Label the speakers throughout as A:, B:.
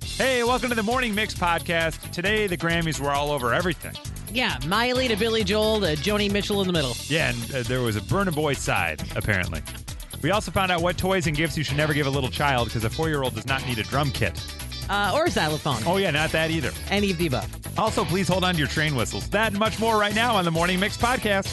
A: Hey, welcome to the Morning Mix podcast. Today, the Grammys were all over everything.
B: Yeah, Miley to Billy Joel to Joni Mitchell in the middle.
A: Yeah, and uh, there was a Burna Boy side, apparently. We also found out what toys and gifts you should never give a little child because a four year old does not need a drum kit.
B: Uh, or xylophone.
A: Oh, yeah, not that either.
B: And Eve Deba.
A: Also, please hold on to your train whistles. That and much more right now on the Morning Mix podcast.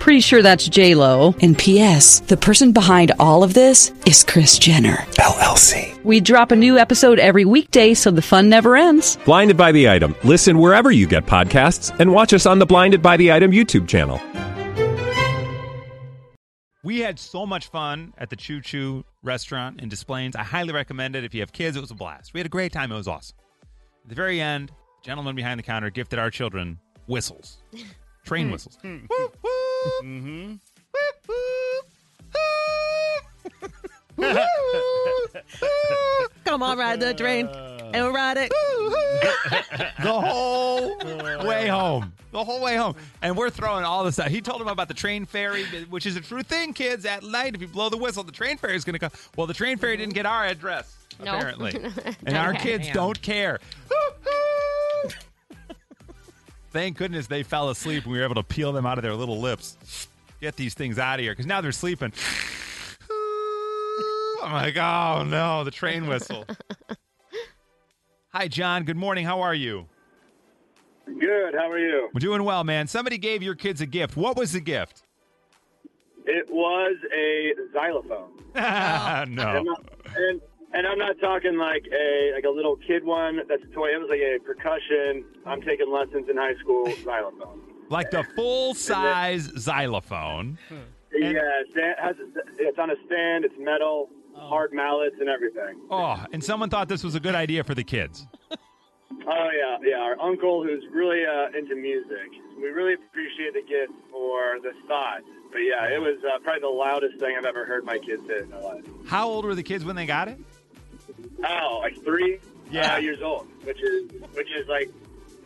C: Pretty sure that's J Lo.
D: And P.S. The person behind all of this is Chris Jenner.
E: LLC.
C: We drop a new episode every weekday, so the fun never ends.
E: Blinded by the item. Listen wherever you get podcasts, and watch us on the Blinded by the Item YouTube channel.
A: We had so much fun at the Choo Choo restaurant in Des Plaines. I highly recommend it. If you have kids, it was a blast. We had a great time. It was awesome. At the very end, the gentleman behind the counter gifted our children whistles, train whistles. Whoop, whoop. Whoop, whoop. Whoop. Whoop, whoop.
B: Come on, ride the train.
A: Uh.
B: And we'll ride it.
A: the whole way home. The whole way home. And we're throwing all this out. He told him about the train ferry, which is a true thing, kids. At night, if you blow the whistle, the train ferry is going to come. Well, the train ferry didn't get our address,
F: No.
A: apparently. And our kids don't care. Thank goodness they fell asleep and we were able to peel them out of their little lips. Get these things out of here because now they're sleeping. I'm like, oh no, the train whistle. Hi, John. Good morning. How are you?
G: Good. How are you?
A: We're doing well, man. Somebody gave your kids a gift. What was the gift?
G: It was a xylophone,
A: no.
G: and, and and I'm not talking like a like a little kid one that's a toy. It was like a percussion. I'm taking lessons in high school xylophone.
A: Like the full size xylophone.
G: yeah, it stand- has, it's on a stand. It's metal, hard mallets, and everything.
A: Oh, and someone thought this was a good idea for the kids.
G: Oh yeah, yeah. Our uncle, who's really uh, into music, we really appreciate the gift for the thought. But yeah, it was uh, probably the loudest thing I've ever heard my kids hit in their life.
A: How old were the kids when they got it?
G: Oh, like three
A: Yeah.
G: uh, years old, which is which is like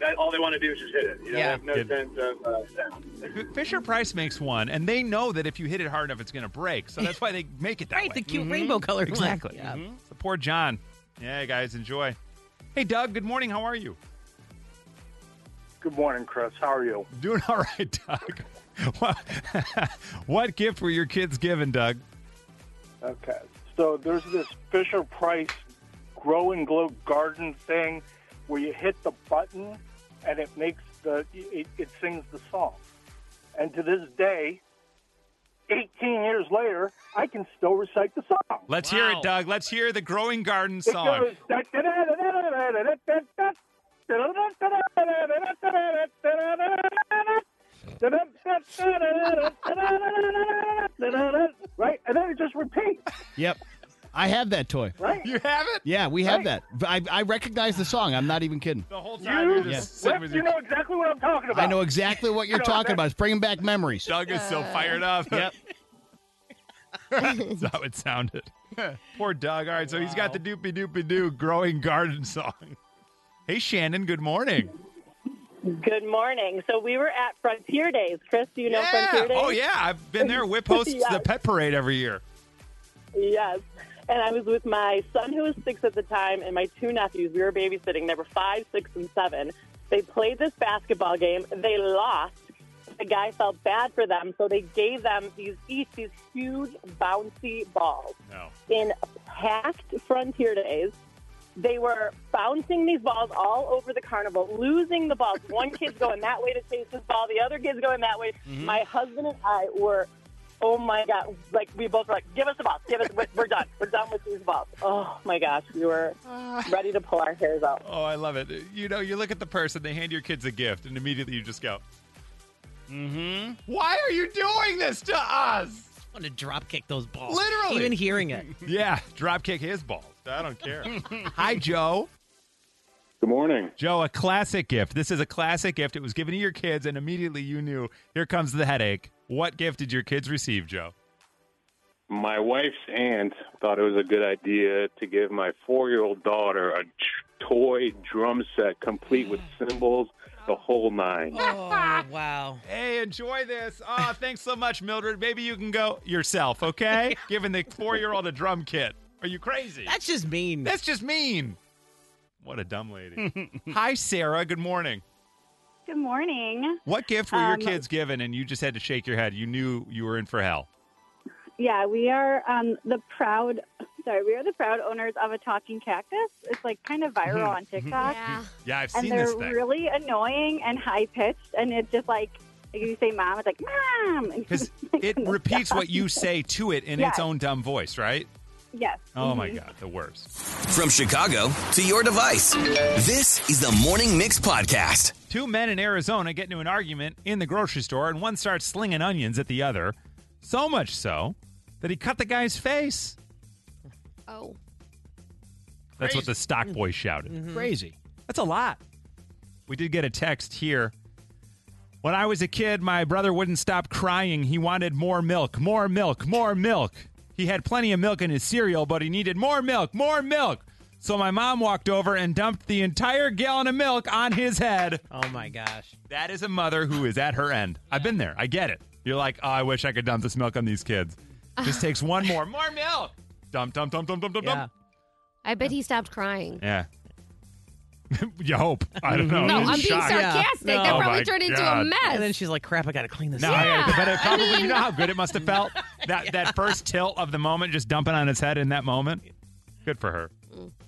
G: that, all they want to do is just hit it. You know,
B: Yeah.
G: they have no
A: Good.
G: sense of uh, sound.
A: Fisher Price makes one, and they know that if you hit it hard enough, it's going to break. So that's why they make it that
B: Right,
A: way.
B: the cute rainbow color one.
A: Mm-hmm. Exactly. Mm-hmm.
B: Yeah.
A: So poor John. Yeah, guys, enjoy. Hey, Doug. Good morning. How are you?
G: Good morning, Chris. How are you?
A: Doing all right, Doug. what, what gift were your kids given, Doug?
H: Okay. So there's this Fisher Price grow and glow garden thing where you hit the button and it makes the it, it sings the song. And to this day, 18 years later, I can still recite the song.
A: Let's hear it, Doug. Let's hear the Growing Garden
H: It
A: song.
H: goes, Right, and then it just repeats.
I: Yep. I have that toy.
H: Right.
A: You have it?
I: Yeah, we have that. I, I recognize the song. I'm not even kidding.
A: The whole time
H: You,
A: you're just
H: Wes,
A: sitting with
H: you
A: your
H: know exactly what I'm talking about.
I: I know exactly what you're
H: You know,
I: talking
H: that-
I: about. It's bringing back memories.
A: Doug is so fired up. Yep. That's how it sounded. Poor Doug. All right, so he's got the doopy doopy doo growing garden song. Hey Shannon, good morning.
J: Good morning. So we were at Frontier Days. Chris, do you know
A: yeah.
J: Frontier Days?
A: Oh yeah, I've been there. Whip hosts
J: Yeah.
A: the pet parade every year.
J: Yes. And I was with my son, who was six at the time, and my two nephews. We were babysitting. They were five, six, and seven. They played this basketball game. They lost. The guy felt bad for them, so they gave them these each these huge bouncy balls.
A: No.
J: in packed frontier days. They were bouncing these balls all over the carnival, losing the balls. One kid's going that way to chase this ball, the other kid's going that way. My husband and I were oh my god! Like we both were like, give us the balls, give us. We're, we're done. We're done with these balls. Oh my gosh, we were
A: Ah.
J: ready to pull our hairs out.
A: Oh, I love it. You know, you look at the person, they hand your kids a gift, and immediately you just go,
I: Mm-hmm.
A: Why are you doing this to us?
B: I want to drop kick those balls.
A: Literally.
B: Even hearing it.
A: Yeah, drop kick his balls. I don't care. Hi, Joe.
F: Good morning.
A: Joe, a classic gift. This is a classic gift. It was given to your kids, and immediately you knew here comes the headache. What gift did your kids receive, Joe?
F: My wife's aunt thought it was a good idea to give my four year old daughter a tr- toy drum set complete with cymbals, the whole nine.
B: Oh, wow.
A: Hey, enjoy this. Ah, thanks so much, Mildred. Maybe you can go yourself, okay? Giving the four year old a drum kit. Are you crazy?
B: That's just mean.
A: That's just mean. What a dumb lady. Hi, Sarah. Good morning.
K: Good morning.
A: What gift were your
K: Um,
A: kids given and you just had to shake your head? You knew you were in for hell.
K: Yeah, we are um, the proud. Sorry, we are the proud owners of a talking cactus. It's like kind of viral on TikTok,
A: Yeah, I've
K: and
A: seen
K: they're
A: this thing.
K: really annoying and high pitched, and it's just like, like if you say "mom," it's like "mom." And
A: Because it repeats what you say to it in its
K: Yeah.
A: own dumb voice, right?
K: yes.
A: Oh my God, the worst.
L: From Chicago to your device, this is the Morning Mix Podcast.
A: Two men in Arizona get into an argument in the grocery store, and one starts slinging onions at the other, so much so that he cut the guy's face.
M: Oh,
A: That's what the stock boy shouted.
I: Mm-hmm. Crazy.
A: That's a lot. We did get a text here. When I was a kid, my brother wouldn't stop crying. He wanted more milk, more milk, more milk. He had plenty of milk in his cereal, but he needed more milk, more milk. So my mom walked over and dumped the entire gallon of milk on his head.
B: Oh my gosh.
A: That is a mother who is at her end. I've been there. I get it. You're like, oh, I wish I could dump this milk on these kids. Just takes one more. More milk. Dump, dump, dump, dump, dump, dump, dump.
M: I bet he stopped crying.
A: Yeah. you hope. I don't know.
M: Mm-hmm. No,
A: He's
M: I'm being
A: shocked.
M: sarcastic.
A: Yeah.
M: That
A: Oh
M: probably
A: my
M: turned into a
A: God.
M: mess.
B: And then she's like, crap, I got to clean this
A: No,
B: up.
A: I gotta- but it probably,
M: I
A: you know how good it must have felt that that first tilt of the moment, just dumping on his head in that moment. Good for her.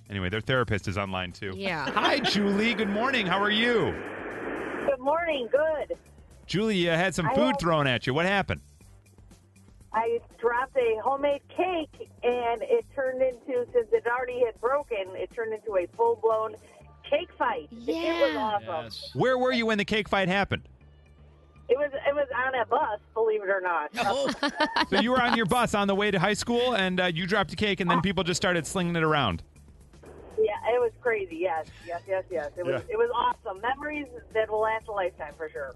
A: Anyway, their therapist is online too.
M: Mm. Yeah.
A: Hi, Julie. Good morning. How are you,
N: Good morning. Good.
A: Julie? You had some
N: I
A: food
N: had-
A: thrown at you. What happened?
N: I dropped a homemade cake, and it turned into since it already had broken, it turned into a full blown cake fight. It was awesome.
A: Where were you when the cake fight happened?
N: It was it was on a bus, believe it or not.
A: So you were on your bus on the way to high school, and uh, you dropped a cake, and then people just started slinging it around.
N: yeah, it was crazy. Yes, yes, yes, yes. It was
A: Yeah.
N: it was awesome. Memories that will last a lifetime for sure.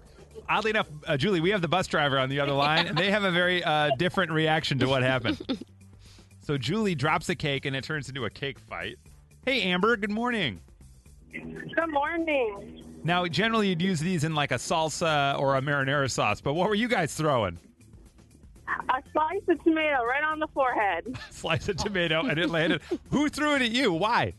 A: Oddly enough, uh, Julie, we have the bus driver on the other line, and they have a very uh, different reaction to what happened. so Julie drops a cake, and it turns into a cake fight. Hey, Amber, good morning.
O: Good morning.
A: Now, generally, you'd use these in like a salsa or a marinara sauce, but what were you guys throwing?
O: I sliced a tomato right on the forehead.
A: Slice of tomato, and it landed. Who threw it at you? Why?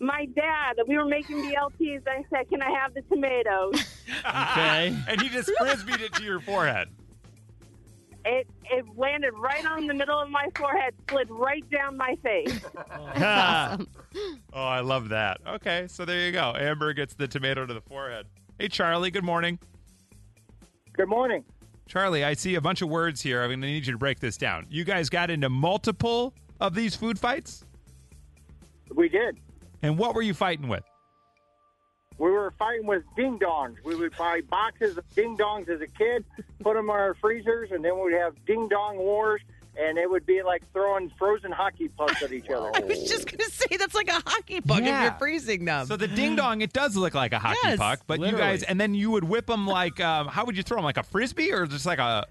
O: My dad, we were making BLTs, and I said, Can I have the tomatoes?
A: Okay. and he just frisbeed it to your forehead.
O: It, it landed right on the middle of my forehead, slid right down my face.
A: oh, I love that. Okay, so there you go. Amber gets the tomato to the forehead. Hey, Charlie, good morning.
P: Good morning.
A: Charlie, I see a bunch of words here. I'm going to need you to break this down. You guys got into multiple of these food fights?
P: We did.
A: And what were you fighting with?
P: We were fighting with ding dongs. We would buy boxes of ding dongs as a kid, put them in our freezers, and then we'd have ding dong wars, and it would be like throwing frozen hockey pucks at each other.
B: I was just going to say, that's like a hockey puck
A: Yeah.
B: if you're freezing them.
A: So the ding dong, it does look like a hockey
B: Um, Yes,
A: puck, but you guys,
B: literally.
A: and then you would whip them like, um, how would you throw them? Like a frisbee or just like a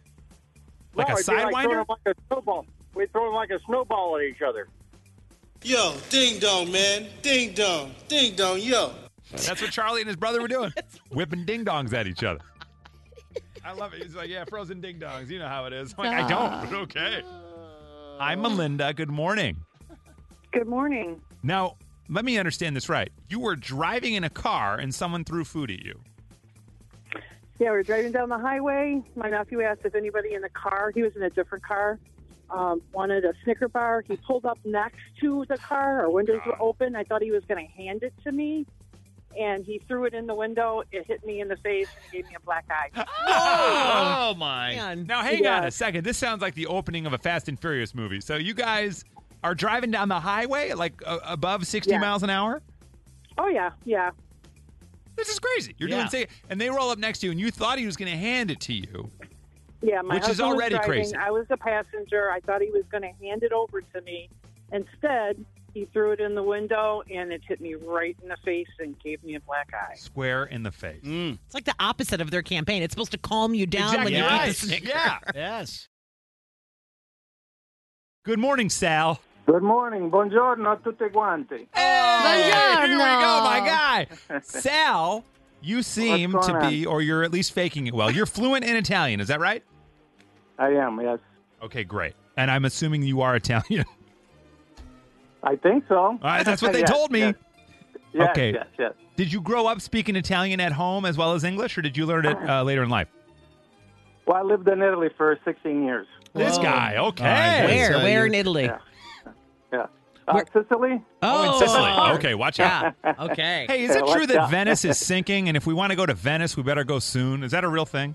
A: like
P: No,
G: Oh,
A: a
P: it'd be Like throwing
A: sidewinder?
P: 'em like a snowball. We'd throw them like a snowball at each other.
Q: Yo, ding dong, man. Ding dong. Ding dong, yo.
A: That's what Charlie and his brother were doing, whipping ding dongs at each other. I love it. He's like, yeah, frozen ding dongs. You know how it is. I'm
J: Ah.
A: like, I don't, but okay. I'm Melinda. Good morning.
R: Good morning.
A: Now, let me understand this right. You were driving in a car and someone threw food at you.
R: Yeah, we were driving down the highway. My nephew asked if anybody in the car, he was in a different car, um, wanted a Snicker bar. He pulled up next to the car. Our windows were open. I thought he was going to hand it to me.
J: and he threw it in the window. It hit me in the face and gave me a black eye.
A: Oh, my!
J: Man.
A: Now hang on
J: Yeah.
A: a second. This sounds like the opening of a Fast and Furious movie. So you guys are driving down the highway like uh, above sixty
J: Yeah.
A: miles an hour.
J: Oh yeah, yeah.
A: This is crazy. You're
J: Yeah.
A: doing safe, and they roll up next to you, and you thought he was going to hand it to you.
J: Yeah, my
A: Which is
J: husband
A: already
J: was driving.
A: crazy.
J: I was the passenger. I thought he was going to hand it over to me. Instead, he threw it in the window and it hit me right in the face and gave me a black eye.
A: square in the face.
H: Mm.
B: It's like the opposite of their campaign. It's supposed to calm you down
A: Exactly
B: when you
A: right.
B: eat the Snicker.
A: Yeah.
I: Yes.
A: Good morning, Sal.
H: Good morning. Buongiorno a tutti quanti.
A: Hey, here we go, my guy. Sal, you seem
H: What's
A: to
H: going
A: be, or you're at least faking it well. You're fluent in Italian, is that right?
H: I am, yes.
A: Okay, great. And I'm assuming you are Italian.
H: I think so. All
A: right, that's what they
H: Yes,
A: told me.
H: yes. Yes,
A: okay.
H: yes, yes.
A: Did you grow up speaking Italian at home as well as English, or did you learn it uh, later in life?
H: Well, I lived in Italy for 16 years.
A: This guy, okay. uh,
B: Where? Where in Italy?
H: Yeah. Uh, Sicily?
A: Oh, in Sicily. Okay, watch out.
B: Yeah, okay.
A: Hey, is it
H: Yeah,
A: true
H: watch
A: that
H: out.
A: Venice is sinking? And if we want to go to Venice, we better go soon. Is that a real thing?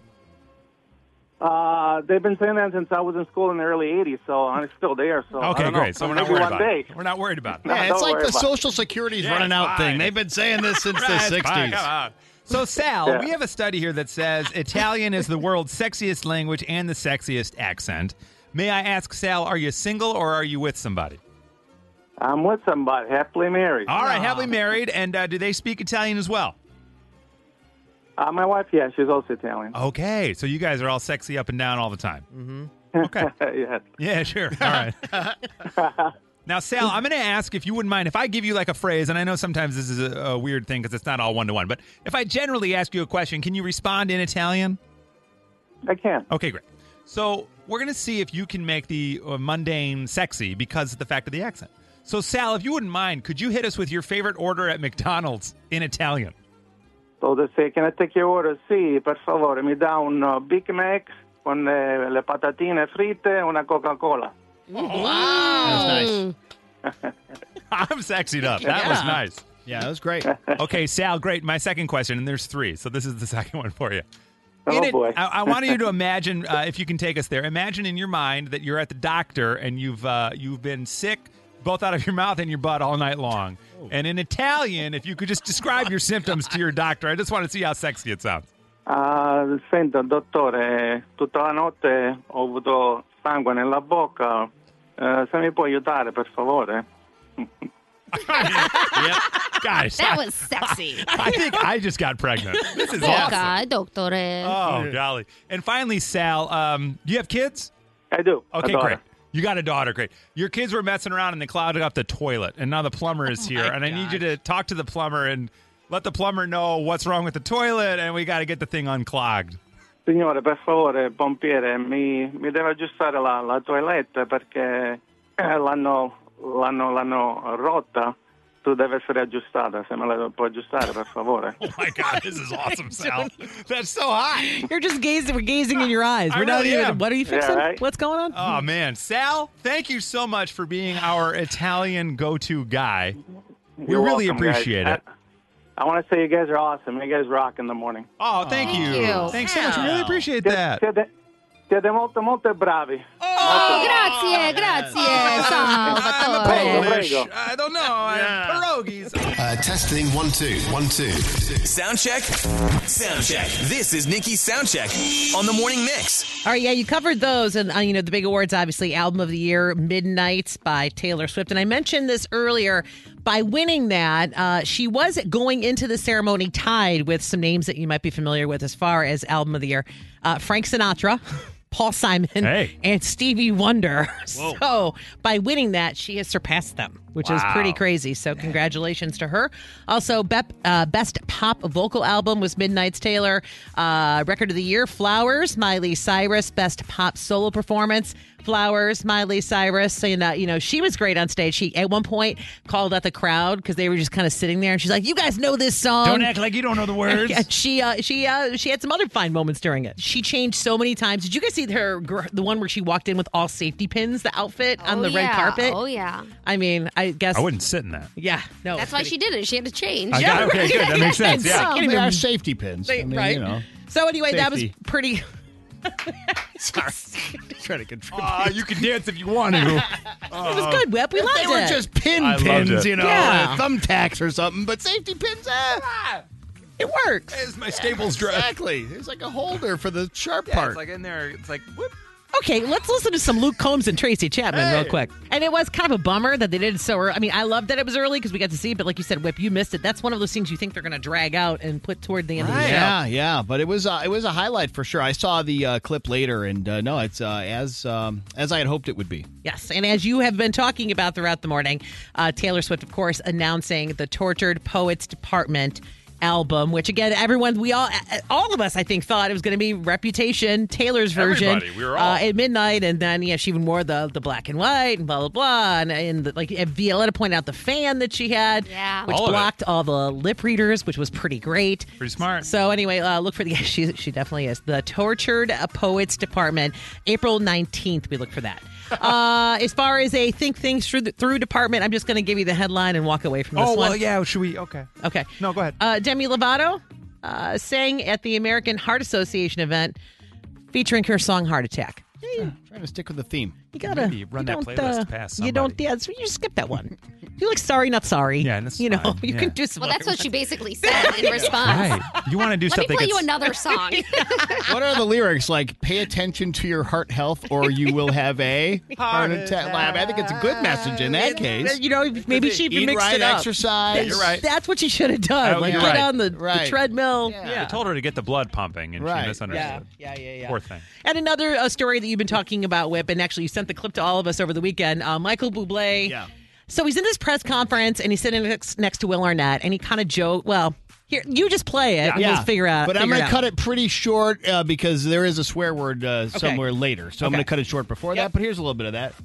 H: Uh, they've been saying that since I was in school in the early 80s, so I'm still there. So Oh, I
A: okay,
H: don't know.
A: great. So we're not
H: Maybe
A: worried
H: one
A: about
H: day.
A: it. We're not worried about it.
H: No,
I: Yeah, it's
H: don't
I: like
H: worry
I: the
H: about it.
I: Social Security's
A: Yeah,
I: running out
A: fine.
I: thing. They've been saying this since the
A: Right, fine,
I: 60s.
A: come on. So, Sal,
I: Yeah.
A: we have a study here that says Italian is the world's sexiest language and the sexiest accent. May I ask, Sal, are you single or are you with somebody?
H: I'm with somebody, happily married.
A: All right, happily married, and uh, do they speak Italian as well?
H: Uh, my wife, yeah, she's also Italian.
A: Uh, Okay, so you guys are all sexy up and down all the time.
H: Mm-hmm. Okay.
P: Uh,
H: yes.
A: Yeah, sure. All right. now, Sal, I'm going to ask if you wouldn't mind if I give you like a phrase, and I know sometimes this is a, a weird thing because it's not all one to one, but if I generally ask you a question, can you respond in Italian?
H: I can.
A: Okay, great. So we're going to see if you can make the uh, mundane sexy because of the fact of the accent. So, Sal, if you wouldn't mind, could you hit us with your favorite order at McDonald's in Italian?
H: So they say, can I take your order? Sì, per favore, mi dà un uh, Big Mac con eh, le, le patatine fritte e una Coca-Cola.
I: That was
M: Mm.
I: nice.
A: I'm sexied up. That was
I: Yeah.
A: nice.
I: Yeah, that was great.
A: okay, Sal, great. My second question, and there's three, so this is the second one for you.
H: Oh,
A: In it-
H: boy.
A: I, I want you to imagine, uh, if you can take us there, imagine in your mind that you're at the doctor and you've uh, you've been sick both out of your mouth and your butt all night long.
C: Oh.
A: And in Italian, if you could just describe your symptoms to your doctor, I just want to see how sexy it sounds.
H: Ah, senta, dottore, tutta la notte ho avuto sangue nella bocca. Eh, se mi può aiutare, per favore?
A: Guys,
C: That
A: I-
C: was sexy.
A: I think I just got pregnant. This is awesome.
C: Boca, doctore.
A: Oh, golly. And finally, Sal, um, do you have kids?
H: I do. A
A: Okay,
H: daughter.
A: great. You got a daughter. Great. Your kids were messing around and they clouded up the toilet, and now the plumber is here. and I need you to talk to the plumber and let the plumber know what's wrong with the toilet, and we got to get the thing unclogged.
H: Signore, per favore, pompiere, mi, mi deve aggiustare la, la toilette perché eh, l'hanno, l'hanno, l'hanno rotta. Tu deve essere aggiustata, se me la puoi aggiustare, per favore.
A: Oh my God, this is awesome, Sal. That's so hot.
B: You're just gazing. We're gazing in your eyes.
A: I
B: We're not
A: really
B: even.
A: am.
B: What are you
A: Yeah,
B: fixing?
A: right?
B: What's going on?
A: Oh man, Sal, thank you so much for being our Italian go-to guy. We
H: You're
A: really
H: welcome, guys.
A: appreciate it.
H: I, want to say you guys are awesome. You guys rock in the morning.
A: Oh, thank you. Thanks so much. We really appreciate that.
H: Siete, siete molto, molto bravi.
C: Oh, grazie, grazie, Salvatore.
H: Prego, prego.
A: I don't know. Pierogies.
G: Uh, testing one two one two. Sound check. Sound check. This is Nikki's sound check on the morning mix.
B: All right, yeah, you covered those, and uh, you know the big awards, obviously, album of the year, "Midnights" by Taylor Swift, and I mentioned this earlier. By winning that, uh, she was going into the ceremony tied with some names that you might be familiar with as far as album of the year: uh, Frank Sinatra, Paul Simon,
A: Hey.
B: and Stevie Wonder.
A: Whoa.
B: So by winning that, she has surpassed them, which is pretty
A: Wow.
B: crazy. So congratulations to her. Also, Bep, uh, best pop vocal album was Midnight's Taylor. Uh, record of the year, Flowers, Miley Cyrus. Best pop solo performance, Flowers, Miley Cyrus, and uh, you know she was great on stage. She at one point called out the crowd because they were just kind of sitting there, and she's like, "You guys know this song?
A: Don't act like you don't know the words."
B: And she uh, she uh, she had some other fine moments during it. She changed so many times. Did you guys see her gr- the one where she walked in with all safety pins, the outfit on
M: Oh,
B: the red
M: yeah.
B: carpet?
M: Oh, yeah.
B: I mean, I guess
A: I wouldn't sit in that.
B: Yeah, no.
M: That's why she did it. She had to change.
A: I got- okay, good. That makes sense. Yeah.
B: Can't
I: They
B: even-
I: are safety pins. I
B: They-
I: mean,
B: right.
I: You know.
B: So anyway, that was
I: Safety.
B: pretty.
I: Sorry. Try to control.
A: Ah, you can dance if you wanted. to.
B: it was good, Whip. We
I: Uh, If
B: loved
I: they were
B: it.
I: just pin
A: I loved
I: pins,
A: it.
I: you know,
A: Yeah.
I: uh, thumbtacks or something, but safety pins, eh,
B: it works.
A: It's my Staples dress.
I: Exactly. There's like a holder for the sharp
A: Yeah,
I: part.
A: it's like in there. It's like whoop.
B: Okay, let's listen to some Luke Combs and Tracy Chapman
A: Hey.
B: real quick. And it was kind of a bummer that they did it so early. I mean, I love that it was early because we got to see it, but like you said, Whip, you missed it. That's one of those things you think they're going to drag out and put toward the end of the show.
I: Yeah, yeah, but it was uh, it was a highlight for sure. I saw the uh, clip later, and uh, no, it's uh, as um, as I had hoped it would be.
B: Yes, and as you have been talking about throughout the morning, uh, Taylor Swift, of course, announcing the Tortured Poets Department album, which again, everyone, we all, all of us, I think, thought it was going to be Reputation, Taylor's version,
A: Everybody, we were all-
B: uh, at midnight, and then yeah, she even wore the the black and white and blah blah blah, and, and the, like Violetta pointed out the fan that she had,
M: Yeah.
B: which
A: All of it.
B: blocked all the lip readers, which was pretty great.
A: Pretty smart.
B: So anyway, uh, look for the she she definitely is the tortured poets department. April nineteenth, we look for that. uh, as far as a think things through, through department, I'm just going to give you the headline and walk away from this
A: Oh well,
B: one.
A: yeah. Should we? Okay.
B: Okay.
A: No, go ahead.
B: Uh, Demi Lovato uh, sang at the American Heart Association event featuring her song "Heart Attack."
I: Trying to stick with the theme.
B: You gotta
A: Maybe run
B: you
A: that
B: don't,
A: playlist
B: uh,
A: past
B: You don't dance. you skip that one. You like sorry, not sorry. Yeah,
A: that's
B: you know
A: fine.
B: you
A: Yeah.
B: can do some.
M: Well,
B: other
M: that's what she basically said in response.
A: Right. You want to do
M: Let me
A: something?
M: play you
A: that's-
M: another song.
I: What are the lyrics like? Pay attention to your heart health, or you will have a heart attack. I think it's a good message in that case.
B: You know, maybe she even
I: Eat
B: mixed
I: right,
B: it up.
I: exercise.
B: That's- That's what she should have done.
A: Oh,
B: like
A: you're
B: get
A: right.
B: on the, the
I: Right.
B: treadmill. Yeah.
A: I told her to get the blood pumping, and
I: Right.
A: she misunderstood.
B: Yeah, yeah, yeah.
A: Poor thing.
B: And another uh, story that you've been talking about, Whip, and actually you sent the clip to all of us over the weekend. Uh, Michael Bublé.
I: Yeah.
B: So he's in this press conference, and he's sitting next, next to Will Arnett, and he kind of joke. Well, here you just play it, and we'll figure out.
I: But I'm
B: figure
I: going
B: out.
I: to cut it pretty short uh, because there is a swear word uh, somewhere later. So I'm
B: Okay.
I: going to cut it short before that. But here's a little bit of that.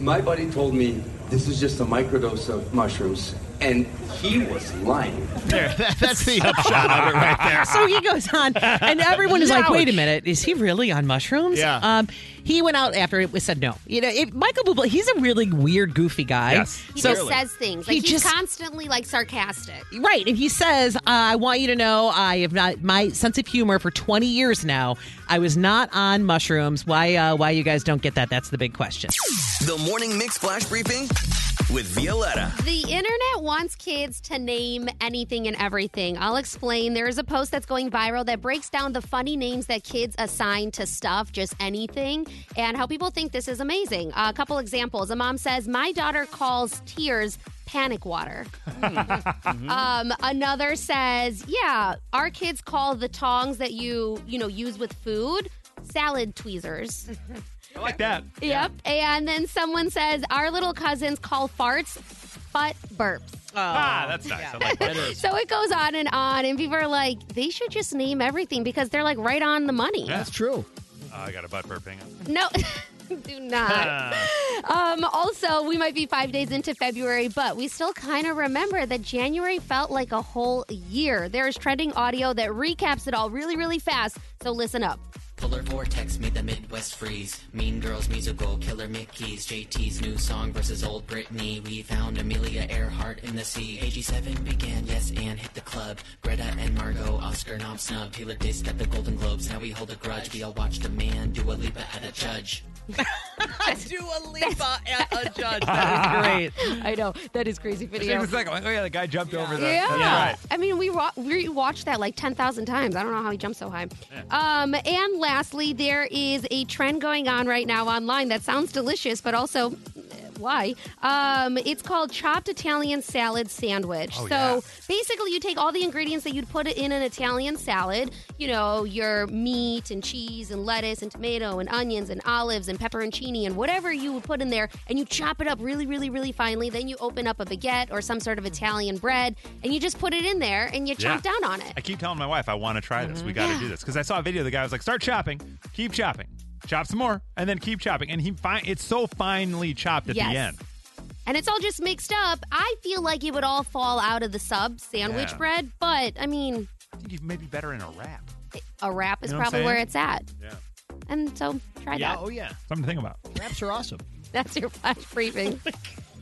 S: My buddy told me this is just a microdose of mushrooms, and he was lying.
I: There, that- that's the upshot of it right there.
B: So he goes on, and everyone is like, "Wait a minute, is he really on mushrooms?"
I: Yeah.
B: Um, he went out after it was said no. You know, it, Michael Bublé, he's a really weird, goofy guy.
A: Yes.
M: He just says things. Like,
B: He
M: he's
B: just-
M: constantly like sarcastic.
B: Right, and he says, uh, "I want you to know, I have not my sense of humor for 20 years now. I was not on mushrooms. Why? Uh, why you guys don't get that? That's the big question."
L: The Morning Mix Flash Briefing with Violetta.
M: The internet wants kids to name anything and everything. I'll explain. There is a post that's going viral that breaks down the funny names that kids assign to stuff, just anything, and how people think this is amazing. a couple examples. A mom says, My daughter calls tears panic water. Um, another says, Yeah, our kids call the tongs that you, you know, use with food salad tweezers.
A: I like that.
M: Yep. And then someone says, Our little cousins call farts butt burps.
A: Ah, that's nice. I like that.
M: So it goes on and on, and people are like, they should just name everything because they're like right on the money.
I: That's true.
A: Oh, I got a butt burping.
M: No, do not. um, also, we might be five days into February, but we still kind of remember that January felt like a whole year. There is trending audio that recaps it all really, really fast. So listen up.
T: Polar vortex made the Midwest freeze. Mean Girls musical, Killer Mickey's, JT's new song versus old Britney. We found Amelia Earhart in the sea. AG7 began, yes, and hit the club. Greta and Margot, Oscar nom snub. Taylor dissed at the Golden Globes. Now we hold a grudge. We all watched a man do a Lipa at a judge.
B: Dua Lipa at a judge. That is great.
M: I know that is crazy
A: It
M: video.
A: was like, oh yeah, the guy jumped over the.
M: Yeah.
A: That's right.
M: I mean, we, wa- we watched that like 10,000 times. I don't know how he jumped so high. Um, and lastly, there is a trend going on right now online that sounds delicious, but also. eh, Why? Um, it's called chopped Italian salad sandwich.
U: Oh,
M: so
U: yeah.
M: basically, you take all the ingredients that you'd put in an Italian salad. You know, your meat and cheese and lettuce and tomato and onions and olives and pepperoncini and whatever you would put in there, and you chop it up really, really, really finely. Then you open up a baguette or some sort of Italian bread, and you just put it in there and you chop
A: Yeah.
M: down on it.
G: Mm-hmm.
A: I keep telling my wife I want to try this. We got to do this because I saw a video. The guy was like, "Start chopping, keep chopping, chop some more, and then keep chopping. And he fi- it's so finely chopped at
G: Yes.
A: the end.
G: And it's all just mixed up. I feel like it would all fall out of the sub sandwich
A: Yeah.
G: bread, but I mean,
A: I think you may be better in a wrap.
G: a wrap is
A: You know what I'm
G: probably where
A: saying?
G: it's at.
A: Yeah.
G: And so try
A: Yeah,
G: that.
A: oh, yeah. Something to think about.
I: Wraps are awesome.
G: That's your flash briefing.